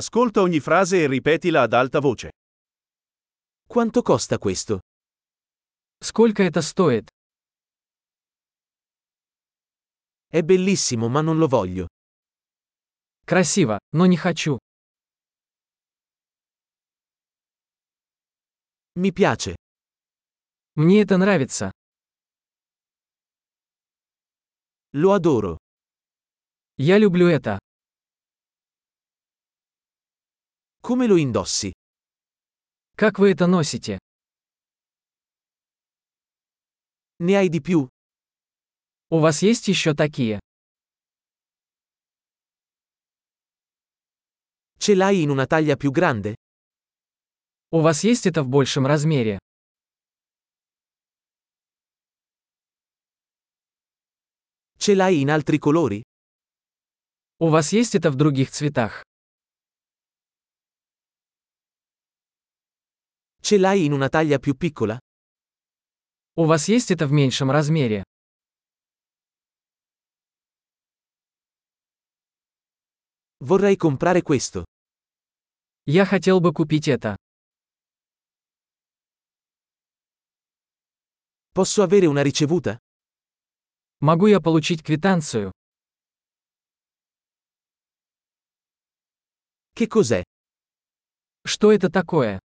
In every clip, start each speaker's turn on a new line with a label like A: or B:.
A: Ascolta ogni frase e ripetila ad alta voce. Quanto costa questo?
B: Сколько это стоит?
A: È bellissimo ma non lo voglio.
B: Красиво, но не хочу.
A: Mi piace.
B: Мне это нравится.
A: Lo adoro.
B: Я люблю это.
A: Come lo indossi?
B: Как вы это носите?
A: Ne hai di più?
B: У вас есть еще такие?
A: Ce l'hai in una taglia più grande?
B: У вас есть это в большем размере?
A: Ce l'hai in altri colori?
B: У вас есть это в других цветах?
A: Ce l'hai in una taglia più piccola?
B: У вас есть это в меньшем размере?
A: Vorrei comprare questo.
B: Я хотел бы купить это.
A: Posso avere una ricevuta?
B: Могу я получить квитанцию?
A: Che cos'è?
B: Что это такое?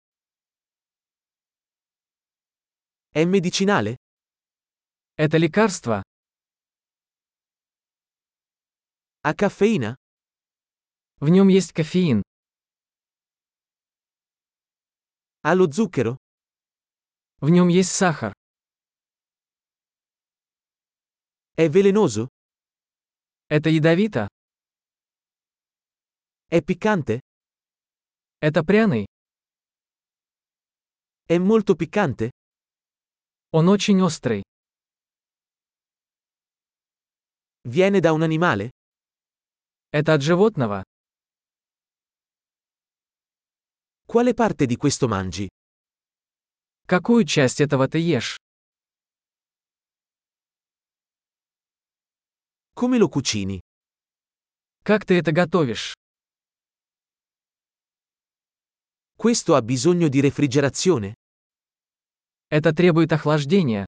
A: È medicinale?
B: Это лекарство?
A: Ha caffeina?
B: В нем есть кофеин.
A: Ha lo zucchero?
B: В нем есть сахар.
A: È velenoso?
B: Это ядовито?
A: È piccante?
B: Это пряный?
A: È molto piccante?
B: Он очень острый.
A: Viene da un animale?
B: Это от животного?
A: Quale parte di questo mangi?
B: Какую часть этого ты ешь?
A: Come lo cucini?
B: Как ты это готовишь?
A: Questo ha bisogno di refrigerazione?
B: Это требует охлаждения.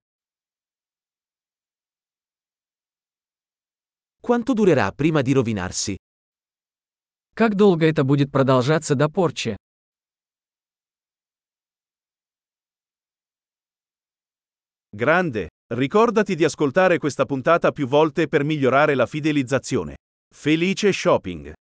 A: Quanto durerà prima di rovinarsi?
B: Как долго это будет продолжаться до порчи?
A: Grande, ricordati di ascoltare questa puntata più volte per migliorare la fidelizzazione. Felice shopping!